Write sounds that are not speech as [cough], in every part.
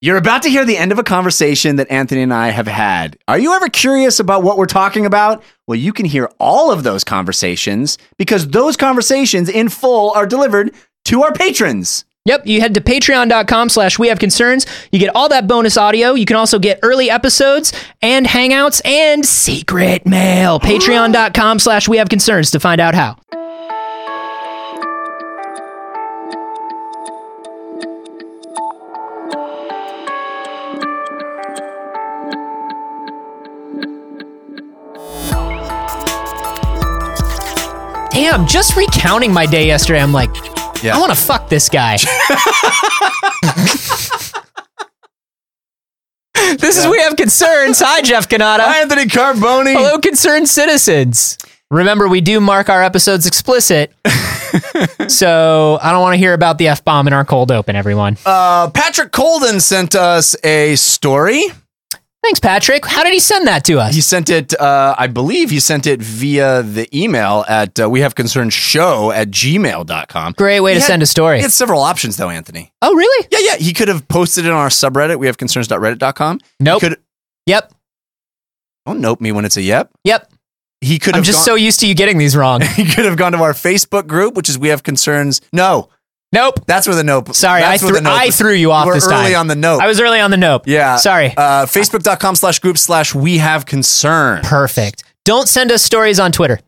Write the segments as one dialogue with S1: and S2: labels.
S1: You're about to hear the end of a conversation that Anthony and I have had. Are you ever curious about what we're talking about? Well, you can hear all of those conversations because those conversations in full are delivered to our patrons.
S2: Yep, you head to patreon.com slash we have concerns. You get all that bonus audio. You can also get early episodes and hangouts and secret mail. Patreon.com slash we have concerns to find out how. Damn, just recounting my day yesterday, I'm like, I want to fuck this guy. [laughs] this is We Have Concerns. Hi, Jeff Canada.
S3: Anthony Carboni.
S2: Hello, concerned citizens. Remember, we do mark our episodes explicit.
S3: [laughs]
S2: so I don't want to hear about the F bomb in our cold open, everyone.
S3: Uh, Patrick Colden sent us a story.
S2: Thanks, Patrick. How did he send that to us?
S3: He sent it, uh, I believe he sent it via the email at uh, we have concerns show at gmail.com.
S2: Great way
S3: He
S2: to
S3: had-
S2: send a story.
S3: He had several options though, Anthony.
S2: Oh, really?
S3: Yeah, yeah. He could have posted it on our subreddit. We have concerns.reddit.com.
S2: Nope.
S3: Could,
S2: Yep.
S3: don't nope me when it's a yep.
S2: Yep.
S3: He could
S2: I'm
S3: have
S2: just
S3: gone,
S2: so used to you getting these
S3: [laughs]
S2: wrong.
S3: he could have gone to our Facebook group, which is we have concerns. No,
S2: nope.
S3: that's where the nope.
S2: Sorry, I,
S3: that's where
S2: threw
S3: the nope
S2: I
S3: is.
S2: threw you off
S3: We're
S2: this
S3: early
S2: time.
S3: on the nope.
S2: I was early on the nope.
S3: yeah.
S2: Sorry.
S3: Uh, Facebook.com slash group slash we have concern.
S2: Perfect. Don't send us stories on Twitter.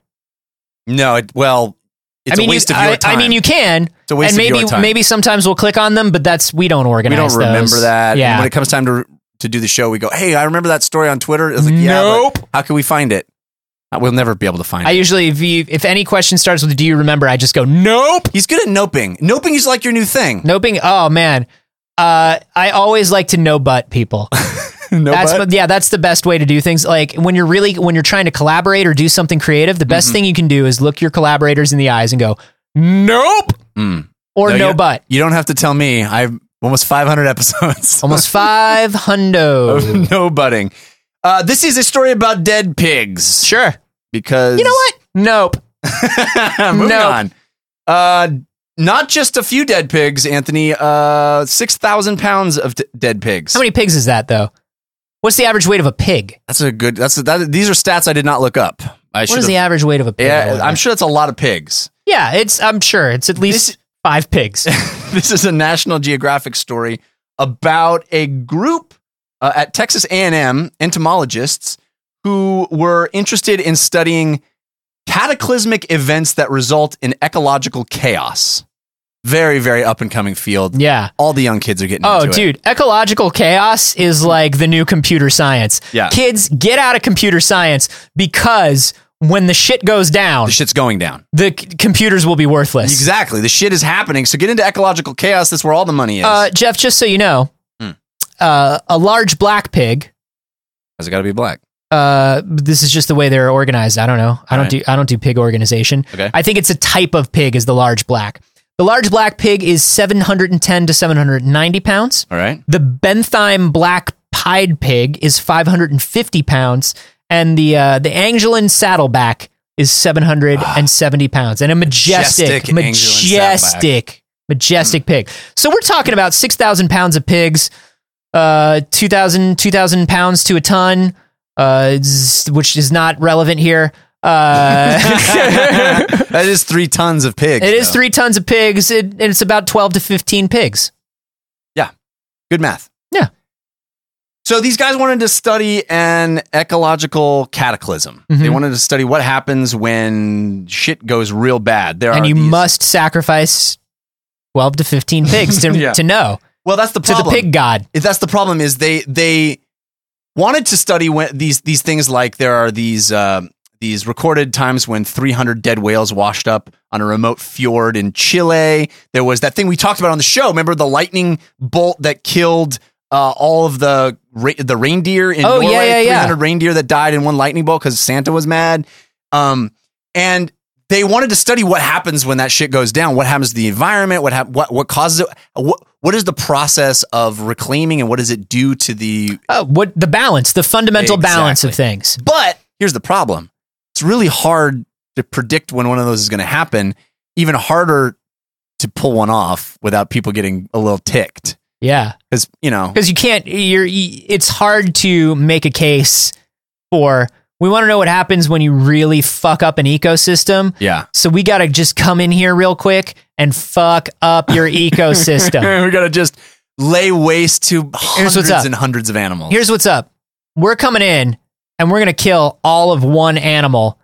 S3: No, it, well, it's
S2: I mean,
S3: a waste
S2: you,
S3: of your
S2: I,
S3: time.
S2: I mean, you can,
S3: It's a waste
S2: and
S3: of
S2: maybe
S3: your time.
S2: maybe sometimes we'll click on them, but that's we don't
S3: we
S2: organize.
S3: don't
S2: those.
S3: remember that. And
S2: Yeah.
S3: when it comes time to to do the show, we go, hey, I remember that story on Twitter. It's like, yeah, but how can we find it? Uh, We'll never be able to find
S2: I
S3: it.
S2: usually, if, you, if any question starts with "Do you remember," I just go "Nope."
S3: He's good at noping. Noping is like your new thing.
S2: Noping. Oh man, uh, I always like to no butt people.
S3: No,
S2: [laughs] that's
S3: but-
S2: but yeah, that's the best way to do things. Like when you're really when you're trying to collaborate or do something creative, the
S3: Mm-hmm.
S2: best thing you can do is look your collaborators in the eyes and go "Nope"
S3: Mm.
S2: or
S3: No,
S2: "No,
S3: you-
S2: butt."
S3: You don't have to tell me. I've almost 500 episodes [laughs]
S2: Almost five hundo.
S3: of Oh, no butting. Uh, this is a story about dead pigs.
S2: Sure.
S3: Because
S2: You know what? Nope.
S3: [laughs] Moving
S2: No.
S3: on. Uh, not just a few dead pigs, Anthony. Uh, six thousand pounds of d- dead pigs.
S2: How many pigs is that though? What's the average weight of a pig?
S3: That's a good. That's a, that, these are stats I did not look up. I
S2: What
S3: should.
S2: is the average weight of a pig?
S3: yeah, I'm sure that's a lot of pigs.
S2: yeah, it's I'm sure it's at least
S3: This-
S2: five pigs.
S3: [laughs] this is a National Geographic story about a group uh, at Texas A&M entomologists who were interested in studying cataclysmic events that result in ecological chaos. Very, very up and coming field.
S2: yeah.
S3: All the young kids are getting.
S2: Oh,
S3: into it.
S2: dude, ecological chaos is like the new computer science.
S3: Yeah.
S2: Kids, get out of computer science because when the shit goes down,
S3: the shit's going down.
S2: the c- computers will be worthless.
S3: Exactly. The shit is happening. So get into ecological chaos. That's where all the money is.
S2: Uh, Jeff, just so you know,
S3: Hmm.
S2: uh, a large black pig.
S3: Has it got to be black?
S2: Uh, this is just the way they're organized. I don't know. I don't
S3: Alright.
S2: do I don't do pig organization.
S3: Okay.
S2: I think it's a type of pig is the large black. The large black pig is 710 to 790 pounds.
S3: All
S2: [laughs]
S3: right. [laughs]
S2: The Bentheim Black Pied Pig is 550 pounds, and the uh, the Angelin Saddleback is 770 pounds, and a majestic,
S3: Majestic Angelin Hmm.
S2: majestic, majestic pig. So we're talking about 6,000 pounds of pigs, uh, 2,000 2,000 pounds to a ton, uh, z- which is not relevant here.
S3: [laughs]
S2: [laughs] Uh,
S3: that is three tons of pigs.
S2: it is
S3: though.
S2: three tons of pigs, it, and it's about 12 to 15 pigs.
S3: Good math.
S2: Yeah.
S3: So these guys wanted to study an ecological cataclysm. They
S2: Mhm.
S3: wanted to study what happens when shit goes real bad. There
S2: and
S3: are
S2: you
S3: these-
S2: must sacrifice 12 to 15 pigs
S3: [laughs]
S2: to,
S3: Yeah.
S2: to know
S3: Well, that's the
S2: to
S3: problem.
S2: the pig god
S3: If that's the problem is they they wanted to study when these these things like there are these um these recorded times when 300 dead whales washed up on a remote fjord in Chile. There was that thing we talked about on the show. Remember the lightning bolt that killed uh, all of the ra- the reindeer in
S2: Oh,
S3: Norway.
S2: yeah, yeah, yeah.
S3: 300 reindeer that died in one lightning bolt because Santa was mad. Um, and they wanted to study what happens when that shit goes down. What happens to the environment? What hap- what what causes it? What what is the process of reclaiming and what does it do to the?
S2: oh, what the balance the fundamental balance of things
S3: But here's the problem: it's really hard to predict when one of those is going to happen. Even harder to pull one off without people getting a little ticked.
S2: Yeah.
S3: because you know
S2: because you can't you're you, it's hard to make a case for we want to know what happens when you really fuck up an ecosystem
S3: yeah
S2: so we got to just come in here real quick and fuck up
S3: [laughs]
S2: your ecosystem
S3: we gotta just lay waste to
S2: Here's what's
S3: hundreds
S2: up.
S3: and hundreds of animals
S2: here's what's up we're coming in and we're going to kill all of one animal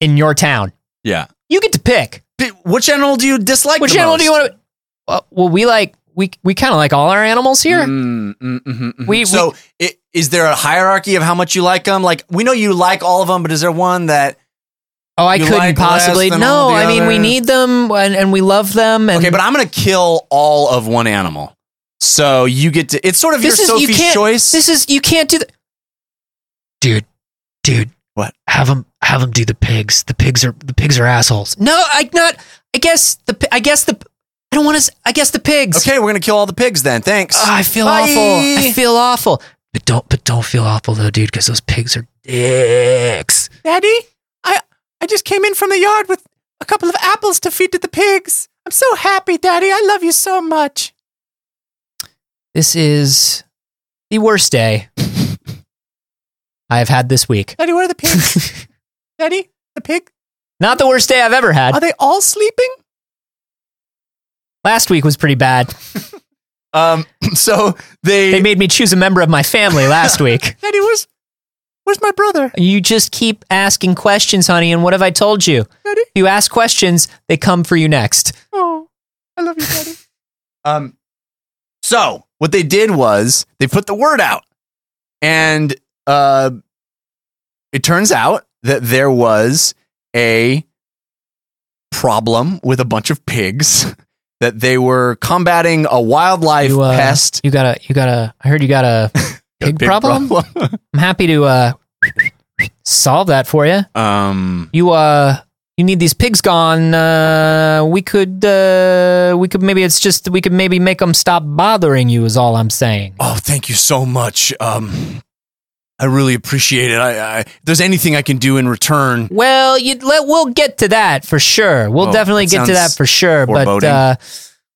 S2: in your town
S3: yeah
S2: you get to pick
S3: But which animal do you dislike
S2: which
S3: the
S2: animal do you
S3: most?
S2: want to well, well we like we we kind of like all our animals here
S3: Mm, mm, mhm, mhm.
S2: We-
S3: so i- is there a hierarchy of how much you like them like we know you like all of them but is there one that
S2: oh i
S3: You
S2: couldn't
S3: like less
S2: possibly
S3: than
S2: no
S3: all the
S2: i mean we
S3: others?
S2: need them and, and we love them and
S3: okay but i'm gonna kill all of one animal so you get to it's sort of
S2: This
S3: your
S2: is- you
S3: sophie's
S2: can't-
S3: choice
S2: This is you can't do that, dude. Dude,
S3: What?
S2: Have them have them do the pigs. The pigs are the pigs are assholes. No, I not. I guess the pi- I guess the I don't want to. I guess the pigs.
S3: okay we're gonna kill all the pigs then thanks
S2: Ah, I feel
S3: Bye.
S2: awful. I feel awful. But don't but don't feel awful though, dude, because those pigs are dicks.
S3: Daddy, I I just came in from the yard with a couple of apples to feed to the pigs. I'm so happy, Daddy. I love you so much.
S2: This is the worst day I have had this week.
S3: Daddy, where are the [laughs] pigs? Daddy, the pig?
S2: Not the worst day I've ever had.
S3: they all sleeping?
S2: Last week was pretty bad.
S3: Um [clears throat] so they,
S2: They made me choose a member of my family last week.
S3: Daddy was Where's my brother?
S2: You just keep asking questions, honey. And what have I told you?
S3: Daddy?
S2: If you ask questions, they come for you next.
S3: Oh, I love you, Daddy. [laughs] um so what they did was they put the word out. And uh it turns out that there was a problem with a bunch of pigs [laughs] that they were combating a wildlife
S2: You, uh,
S3: pest
S2: You gotta, you gotta. I heard you got a pig problem. I'm happy to uh, solve that for you.
S3: [laughs] um
S2: You uh, you need these pigs gone. Uh, we could, uh, we could maybe it's just we could maybe make them stop bothering you. Is all I'm saying.
S3: oh thank you so much um i really appreciate it i, I if there's anything i can do in return
S2: Well, you let we'll get to that for sure. We'll
S3: Oh,
S2: definitely
S3: that
S2: get to that
S3: sounds
S2: for sure. But
S3: foreboding.
S2: uh,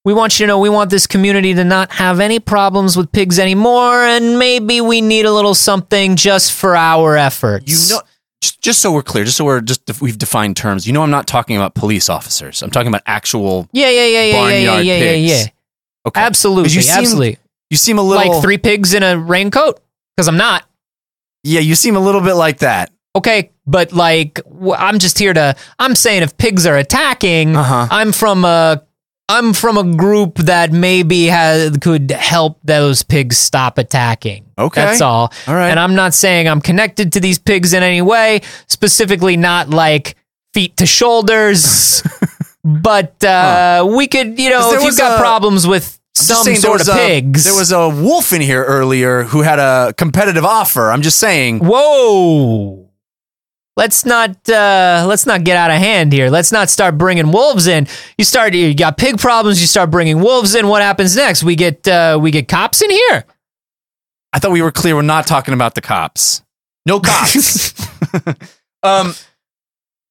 S2: we want you to know we want this community to not have any problems with pigs anymore, and maybe we need a little something just for our efforts.
S3: you know just, just so we're clear just so we're just we've defined terms you know i'm not talking about police officers i'm talking about actual
S2: yeah, yeah, yeah, yeah, yeah, yeah,
S3: Barnyard
S2: yeah, yeah,
S3: pigs.
S2: yeah.
S3: okay
S2: Absolutely,
S3: 'Cause you seem
S2: absolutely.
S3: you seem a little
S2: Like three pigs in a raincoat, because I'm not.
S3: yeah you seem a little bit like that
S2: Okay, but like wh- I'm just here to. I'm saying if pigs are attacking,
S3: uh-huh
S2: I'm from a I'm from a group that maybe has, could help those pigs stop attacking.
S3: Okay.
S2: that's all.
S3: all right
S2: And I'm not saying I'm connected to these pigs in any way, specifically not like feet to
S3: [laughs]
S2: shoulders. but uh, we could, you
S3: 'Cause
S2: know,
S3: there
S2: if
S3: was
S2: you've got
S3: a-
S2: problems with
S3: I'm just
S2: some
S3: saying there
S2: sort of
S3: was a-
S2: pigs,
S3: there was a wolf in here earlier who had a competitive offer i'm just saying
S2: whoa. Let's not uh, let's not get out of hand here. Let's not start bringing wolves in. You start you got pig problems. You start bringing wolves in. What happens next? We get uh, we get cops in here.
S3: i thought we were clear we're not talking about the cops no cops
S2: [laughs]
S3: Um,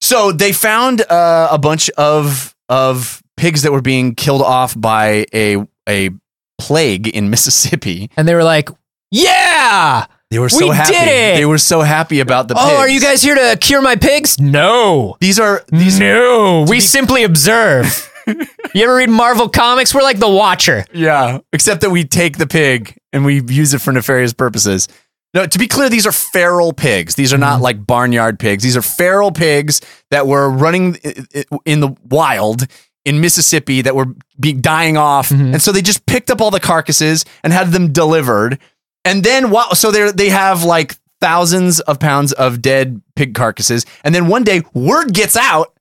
S3: so they found uh, a bunch of of pigs that were being killed off by a a plague in [laughs] Mississippi.
S2: and they were like, "Yeah,
S3: They were
S2: so
S3: so
S2: We did
S3: happy.
S2: happy. it!
S3: They were so happy about the.
S2: oh,
S3: pigs.
S2: are you guys here to cure my pigs? No,
S3: These are these.
S2: no, we
S3: be- [laughs]
S2: simply observe. you ever read Marvel comics? We're like the Watcher.
S3: Yeah, except that we take the pig and we use it for nefarious purposes. No, to be clear, these are feral pigs. These are not like barnyard pigs. These are feral pigs that were running i- i- in the wild in Mississippi that were be dying off, and so they just picked up all the carcasses and had them delivered. And then wow, so they they have like thousands of pounds of dead pig carcasses, and then one day word gets out,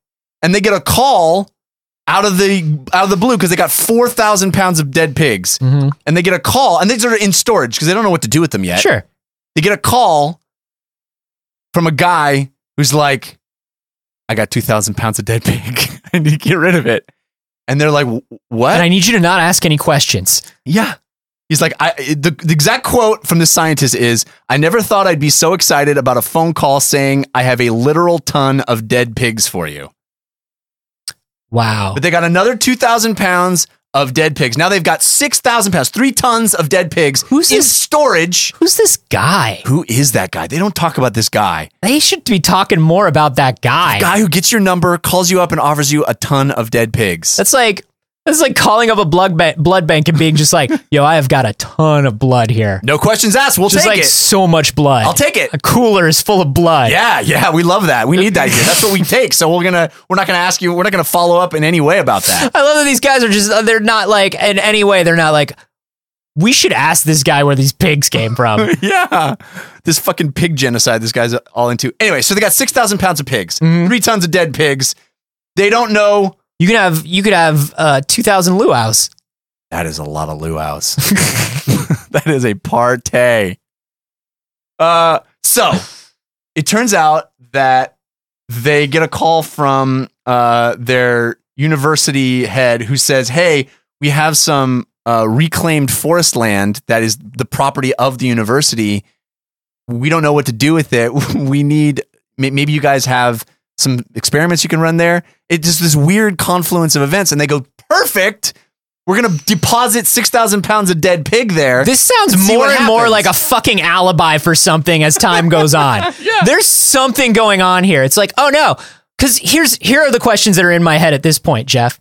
S3: and they get a call out of the out of the blue because they got four thousand pounds of dead pigs, and they get a call, and these are in storage because they don't know what to do with them yet.
S2: Sure,
S3: They get a call from a guy who's like, "I got two thousand pounds of dead pig. [laughs] I need to get rid of it." And they're like, "Wh- "What?"
S2: and I need you to not ask any questions.
S3: yeah. He's like, I, the, the exact quote from the scientist is, I never thought I'd be so excited about a phone call saying, I have a literal ton of dead pigs for you.
S2: Wow,
S3: But they got another 2,000 pounds of dead pigs. Now they've got 6,000 pounds, three tons of dead pigs
S2: Who's
S3: in
S2: this-
S3: storage.
S2: Who's this guy?
S3: Who is that guy? They don't talk about this guy.
S2: They should be talking more about that guy.
S3: Guy who gets your number, calls you up, and offers you a ton of dead pigs.
S2: That's like that's like calling up a blood ba- blood bank and being just like, "Yo, I have got a ton of blood here.
S3: no questions asked. We'll
S2: Just
S3: take
S2: like
S3: it.
S2: so much blood.
S3: I'll take it.
S2: a cooler is full of blood."
S3: Yeah, yeah, we love that. We need that here. That's what
S2: [laughs]
S3: we take. So we're gonna we're not gonna ask you. We're not gonna follow up in any way about
S2: [laughs]
S3: that.
S2: I love that these guys are just—they're not like in any way. They're not like we should ask this guy where these pigs came
S3: [laughs]
S2: from.
S3: yeah, this fucking pig genocide. This guy's all into. Anyway, so they got six thousand pounds of pigs, three tons of dead pigs. They don't know.
S2: Mm-hmm. you can have you could have uh, two thousand luau's.
S3: That is a lot of luau's. [laughs] that is a partay. Uh, so it turns out that they get a call from uh, their university head who says, Hey, we have some uh, reclaimed forest land that is the property of the university. We don't know what to do with it. [laughs] we need, may- maybe you guys have some experiments you can run there. It's just this weird confluence of events. And they go, Perfect. We're going to deposit 6,000 pounds of dead pig [laughs] there.
S2: This sounds
S3: See
S2: more
S3: what
S2: and more
S3: happens.
S2: like a fucking alibi for something as time
S3: [laughs]
S2: goes on. There's something going on here. It's like, oh no, because here's here are the questions that are in my head at this point, Jeff.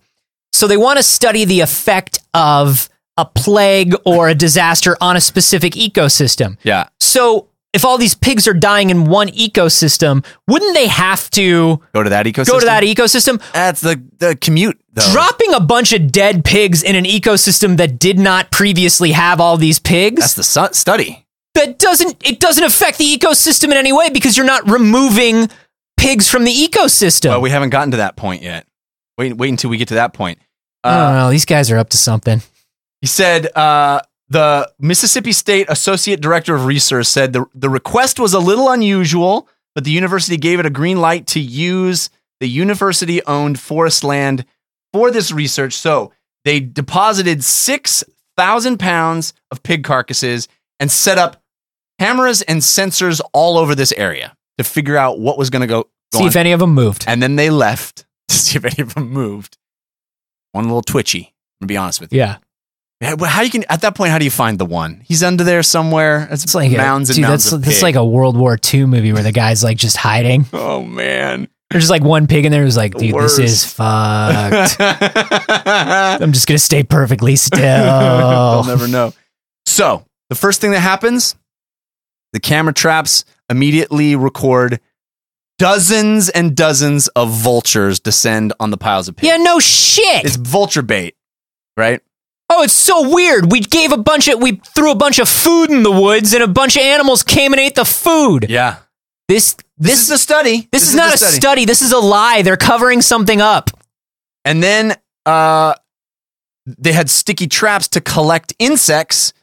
S2: So they want to study the effect of a plague or a disaster on a specific ecosystem.
S3: yeah.
S2: So if all these pigs are dying in one ecosystem, wouldn't they have to
S3: Go to that ecosystem.
S2: go to that ecosystem?
S3: That's the, the commute, though.
S2: Dropping a bunch of dead pigs in an ecosystem that did not previously have all these pigs.
S3: That's the su- study.
S2: that doesn't it doesn't affect the ecosystem in any way because you're not removing pigs from the ecosystem.
S3: Well, we haven't gotten to that point yet. Wait, wait until we get to that point. Uh,
S2: I don't know. These guys are up to something.
S3: He said uh, the Mississippi State Associate Director of Research said the, the request was a little unusual, but the university gave it a green light to use the university owned forest land for this research. So they deposited 6,000 pounds of pig carcasses and set up cameras and sensors all over this area to figure out what was going to go. go
S2: See
S3: on.
S2: if any of them moved.
S3: And then they left [laughs] to see if any of them moved. One little twitchy. I'm gonna be honest with you.
S2: Yeah,
S3: Yeah, well, How you can at that point? How do you find the one? He's under there somewhere. It's,
S2: it's like a-
S3: mounds and
S2: dude,
S3: mounds
S2: That's,
S3: of
S2: that's
S3: pig.
S2: like a World War II movie where the guy's like just hiding.
S3: [laughs] oh man.
S2: There's just like one pig in there who's like,
S3: The
S2: dude,
S3: [laughs]
S2: this is fucked.
S3: They'll
S2: I'm just gonna stay perfectly still.
S3: never know. So the first thing that happens, the camera traps immediately record dozens and dozens of vultures descend on the piles of pigs.
S2: yeah, no shit.
S3: It's vulture bait, right?
S2: Oh, it's so weird. We gave a bunch of, we threw a bunch of food in the woods, and a bunch of animals came and ate the food.
S3: Yeah.
S2: This,
S3: This,
S2: this,
S3: is a study.
S2: This, is, not
S3: the
S2: a study. This is a lie. They're covering something up.
S3: And then uh, they had sticky traps to collect insects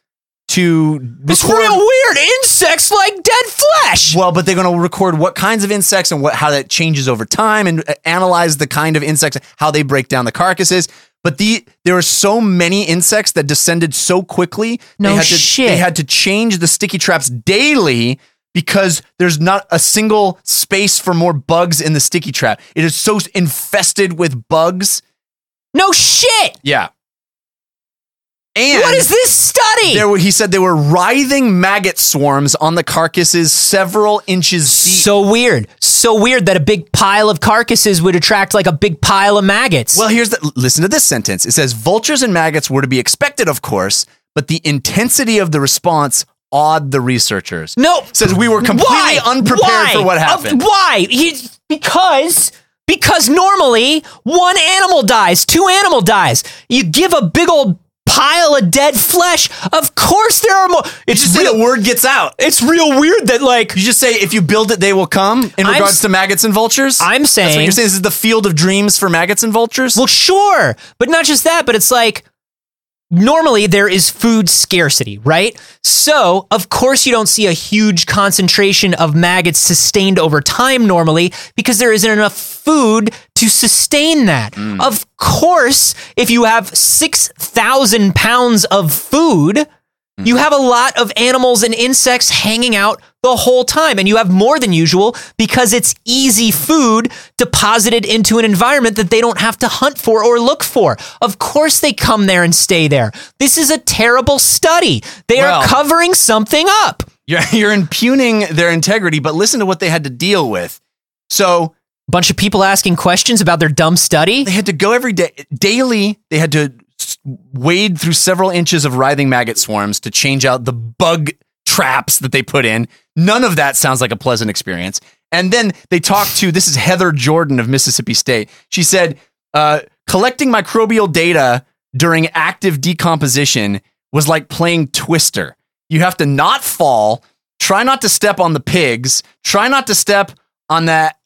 S3: to
S2: It's
S3: record-
S2: real weird. Insects like dead flesh.
S3: Well, but they're going to record what kinds of insects and what how that changes over time, and uh, analyze the kind of insects, how they break down the carcasses. But the there are so many insects that descended so quickly.
S2: No
S3: they had
S2: shit.
S3: To, they had to change the sticky traps daily because there's not a single space for more bugs in the sticky trap. It is so infested with bugs.
S2: No shit.
S3: Yeah. And
S2: what is this study?
S3: there were, he said there were writhing maggot swarms on the carcasses several inches deep.
S2: so weird. So weird that a big pile of carcasses would attract like a big pile of maggots.
S3: well, here's the listen to this sentence. It says vultures and maggots were to be expected, of course, but the intensity of the response awed the researchers.
S2: no.
S3: Says we were completely
S2: Why?
S3: unprepared
S2: Why?
S3: for what
S2: Of-
S3: happened.
S2: why? He, because because normally one animal dies, two animal dies. You give a big old pile of dead flesh. Of course there are more. It's
S3: Just say the word gets out.
S2: it's real weird that like
S3: You just say if you build it, they will come. In
S2: I'm
S3: regards
S2: s-
S3: to maggots and vultures, That's
S2: I'm
S3: what
S2: saying-
S3: you're saying this is the field of dreams for maggots and vultures.
S2: well sure but not just that but it's like normally there is food scarcity right so of course you don't see a huge concentration of maggots sustained over time normally because there isn't enough food to sustain that
S3: Mm.
S2: of course if you have 6000 pounds of food You have a lot of animals and insects hanging out the whole time, and you have more than usual because it's easy food deposited into an environment that they don't have to hunt for or look for. Of course, they come there and stay there. This is a terrible study. They
S3: Well-
S2: are covering something up.
S3: You're, [laughs] you're impugning their integrity, but listen to what they had to deal with. So
S2: Bunch of people asking questions about their dumb
S3: [laughs]
S2: study.
S3: they had to go every day, daily, they had to s- wade through several inches of writhing maggot swarms to change out the bug traps that they put in. None of that sounds like a pleasant experience. And then they talked to this is Heather Jordan of Mississippi State. She said, uh, collecting microbial data during active decomposition was like playing Twister. You have to not fall, try not to step on the pigs, try not to step on that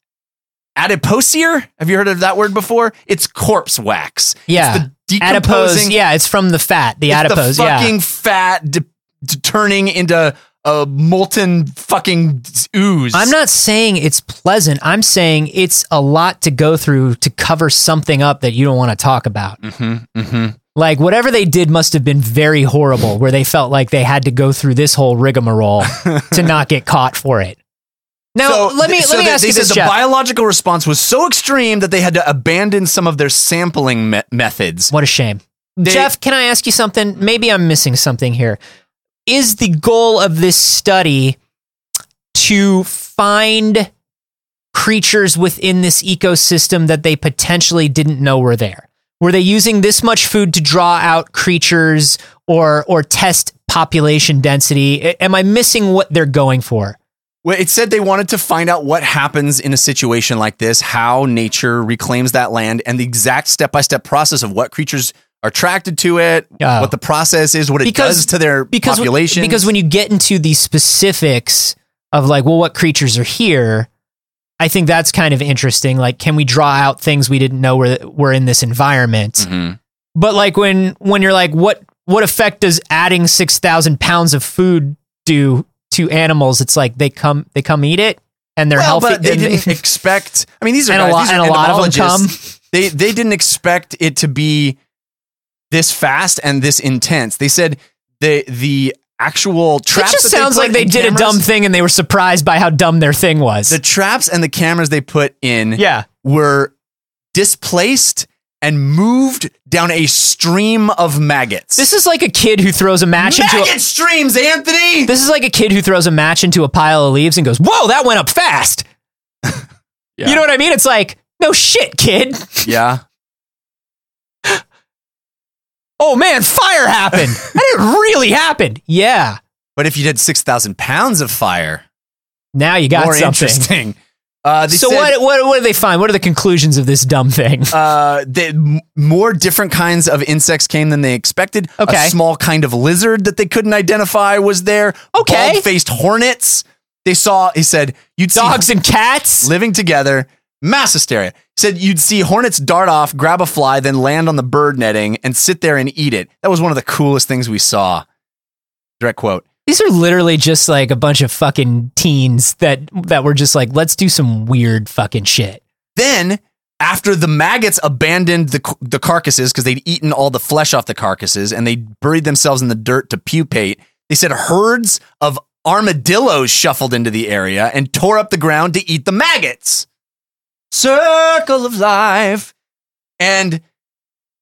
S3: adiposier. Have you heard of that word before? It's corpse wax.
S2: Yeah.
S3: It's the
S2: Adipose.
S3: decomposing
S2: Yeah, it's from the fat, the
S3: it's
S2: adipose.
S3: the
S2: yeah.
S3: fucking fat de- de- turning into a molten fucking ooze.
S2: I'm not saying it's pleasant. I'm saying it's a lot to go through to cover something up that you don't want to talk about.
S3: Mm-hmm, mm-hmm.
S2: Like whatever they did must have been very horrible, where they felt like they had to go through this
S3: [laughs]
S2: whole rigmarole to not get caught for it. Now,
S3: So
S2: let me
S3: th- so
S2: let me
S3: they-
S2: ask
S3: they
S2: you
S3: said
S2: this,
S3: the
S2: Jeff.
S3: biological response was so extreme that they had to abandon some of their sampling me- methods.
S2: what a shame.
S3: They-
S2: Jeff, can I ask you something? Maybe I'm missing something here. Is the goal of this study to find creatures within this ecosystem that they potentially didn't know were there? Were they using this much food to draw out creatures or or test population density? A- Am I missing what they're going for?
S3: Well, it said they wanted to find out what happens in a situation like this, how nature reclaims that land, and the exact step by step process of what creatures are attracted to it,
S2: Oh.
S3: what the process is, what it
S2: Because-
S3: does to their
S2: because
S3: population.
S2: because when you get into the specifics of like well what creatures are here i think that's kind of interesting like can we draw out things we didn't know were were in this environment
S3: Mm.
S2: but like when when you're like what what effect does adding 6000 pounds of food do to animals it's like they come they come eat it and they're
S3: well,
S2: healthy
S3: but they
S2: and [laughs]
S3: didn't expect. I mean, these are
S2: And a
S3: guys,
S2: lot-
S3: these are
S2: and a lot of them
S3: entomologists. They they didn't expect it to be this fast and this intense. They said the the actual
S2: it
S3: traps.
S2: just
S3: that
S2: sounds
S3: put
S2: like they
S3: in
S2: did
S3: cameras-
S2: a dumb thing and they were surprised by how dumb their thing was
S3: The traps and the cameras they put in
S2: yeah
S3: were displaced and moved down a stream of maggots.
S2: this is like a kid who throws a match into a,
S3: maggot streams, Anthony.
S2: This is like a kid who throws a match into a pile of leaves and goes, "Whoa, that went up fast."
S3: [laughs] Yeah.
S2: You know what I mean? It's like, "No shit, kid.
S3: yeah.
S2: Oh man, fire
S3: [laughs]
S2: happened. that didn't really happen." Yeah.
S3: But if you did 6,000 pounds of fire,
S2: Now you got
S3: more
S2: something.
S3: interesting. Uh, they
S2: So
S3: said-
S2: what, what what do they find? What are the conclusions of this
S3: [laughs]
S2: dumb thing?
S3: uh, the, m- more different kinds of insects came than they expected.
S2: Okay.
S3: A small kind of lizard that they couldn't identify was there.
S2: Okay.
S3: Bald-faced hornets. They saw, he said, you'd see
S2: Dogs and cats?
S3: living together, mass hysteria. Said you'd see hornets dart off, grab a fly, then land on the bird netting and sit there and eat it. That was one of the coolest things we saw. Direct quote.
S2: These are literally just like a bunch of fucking teens that that were just like, "Let's do some weird fucking shit."
S3: Then, after the maggots abandoned the, the carcasses because they'd eaten all the flesh off the carcasses and they buried themselves in the dirt to pupate, they said herds of armadillos shuffled into the area and tore up the ground to eat the maggots. Circle of life. And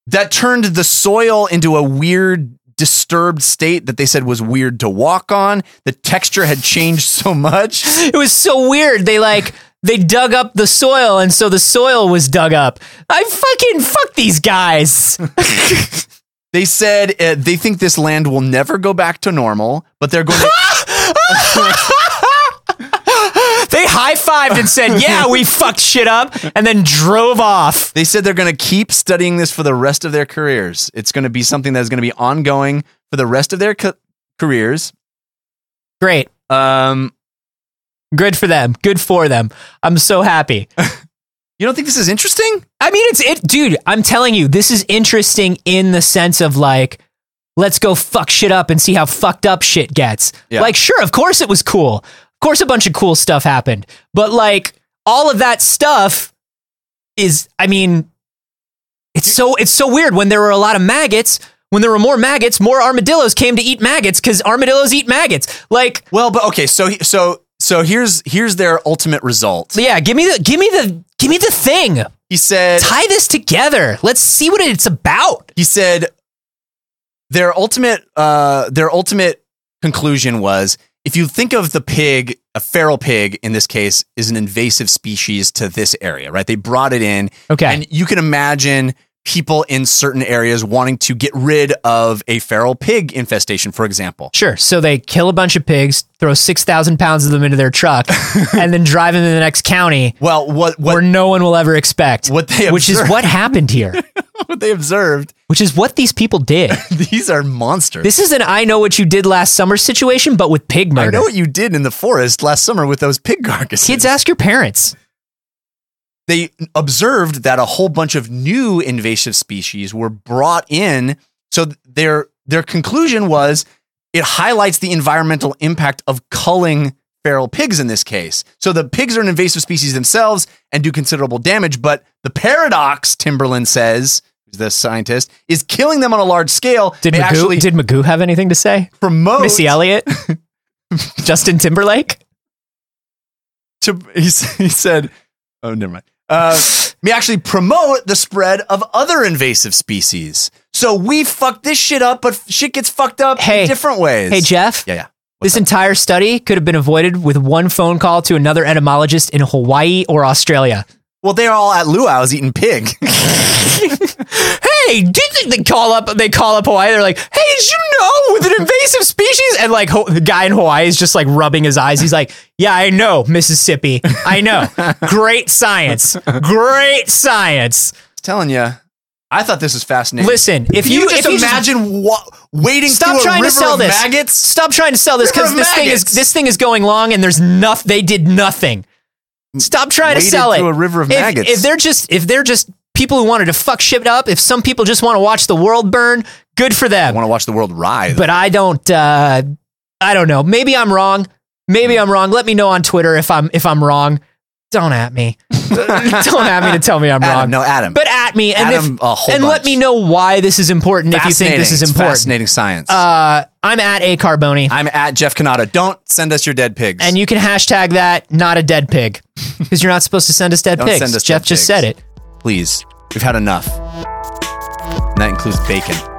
S3: that turned the soil into a weird, disturbed state that they said was weird to walk on. The texture had changed so much.
S2: [laughs] It was so weird. They like they dug up the soil, and so the soil was dug up. I fucking fuck these guys.
S3: They said uh, they think this land will never go back to normal, but they're going to.
S2: They high fived and said, "Yeah, we fucked shit up," and then drove off.
S3: they said they're going to keep studying this for the rest of their careers. It's going to be something that is going to be ongoing for the rest of their ca- careers.
S2: Great,
S3: Um,
S2: good for them. Good for them. I'm so happy.
S3: you don't think this is interesting?
S2: I mean, it's it, dude. I'm telling you, this is interesting in the sense of like, let's go fuck shit up and see how fucked up shit gets.
S3: Yeah.
S2: Like, sure, of course it was cool. Of course, a bunch of cool stuff happened. But like, all of that stuff is, I mean, it's so it's so weird when there were a lot of maggots. When there were more maggots, more armadillos came to eat maggots because armadillos eat maggots. Like,
S3: Well, but okay, so he- so so here's here's their ultimate result.
S2: yeah, give me the, give me the, give me the thing.
S3: He said
S2: Tie this together. Let's see what it's about.
S3: he said their ultimate uh their ultimate conclusion was if you think of the pig, a feral pig in this case is an invasive species to this area, right? They brought it in
S2: Okay.
S3: And you can imagine people in certain areas wanting to get rid of a feral pig infestation, for example.
S2: Sure. So they kill a bunch of pigs, throw 6,000 pounds of them into
S3: [laughs]
S2: their truck, and then drive them to the next county
S3: Well, what
S2: where
S3: what,
S2: no one will ever expect.
S3: [laughs] What they
S2: which is
S3: observed-
S2: what happened
S3: [laughs]
S2: here,
S3: what they observed,
S2: which is what these people did.
S3: these are monsters.
S2: This is an I know what you did last summer situation, but with pig
S3: I
S2: murder.
S3: know what you did in the forest last summer with those pig carcasses.
S2: Kids, ask your parents.
S3: they observed that a whole bunch of new invasive species were brought in. So th- their their conclusion was it highlights the environmental impact of culling feral pigs in this case. So the pigs are an invasive species themselves and do considerable damage, but the paradox Timberland says, who's the scientist, is killing them on a large scale.
S2: Did
S3: may
S2: Magoo,
S3: actually Oh,
S2: did Magoo have anything to say?
S3: promote
S2: Missy Elliott?
S3: [laughs]
S2: Justin Timberlake?
S3: to he, [laughs] s- he said, "Oh, never mind." Uh, may actually promote the spread of other invasive species. So we fuck this shit up, but shit gets fucked up
S2: Hey.
S3: in different ways.
S2: Hey, Jeff.
S3: yeah, yeah.
S2: This entire study could have been avoided with one phone call to another entomologist in Hawaii or Australia.
S3: Well, they're all at luau's eating pig. [laughs]
S2: hey, did they, they call up? They call up Hawaii. They're like, hey, did you know with an invasive species? And like ho- the guy in Hawaii is just like rubbing his eyes. He's like, yeah, I know, Mississippi. I know. Great science. Great science.
S3: telling you, I thought this was fascinating.
S2: Listen, if
S3: Can
S2: you,
S3: you, just
S2: if you
S3: imagine wa- wading
S2: Stop
S3: through
S2: trying
S3: a
S2: to
S3: river
S2: sell
S3: of
S2: this.
S3: maggots.
S2: stop trying to sell this because
S3: River of
S2: this thing is
S3: maggots.
S2: this thing is going long and there's nothing. They did nothing. Stop trying to
S3: Waded
S2: sell it.
S3: through a river of
S2: if,
S3: maggots.
S2: If they're just if they're just people who wanted to fuck shit up, if some people just want to watch the world burn, good for them.
S3: I want to watch the world writhe.
S2: but I don't. Uh, I don't know. Maybe I'm wrong. Maybe I'm wrong. Let me know on Twitter if I'm if I'm wrong. Don't at me.
S3: [laughs]
S2: don't at me to tell me I'm
S3: Adam,
S2: wrong.
S3: no, Adam.
S2: But at me and if-
S3: Adam, a whole
S2: and let
S3: bunch.
S2: me know why this is important if you think
S3: Fascinating.
S2: this is
S3: It's
S2: important.
S3: Fascinating science.
S2: Uh, I'm at a carboni,
S3: I'm at Jeff Canada. Don't send us your dead pigs.
S2: and you can hashtag that not a dead pig because you're not supposed to send us dead
S3: Don't
S2: pigs.
S3: send us
S2: Jeff
S3: dead
S2: just
S3: pigs.
S2: said it.
S3: please. We've had enough. And that includes bacon.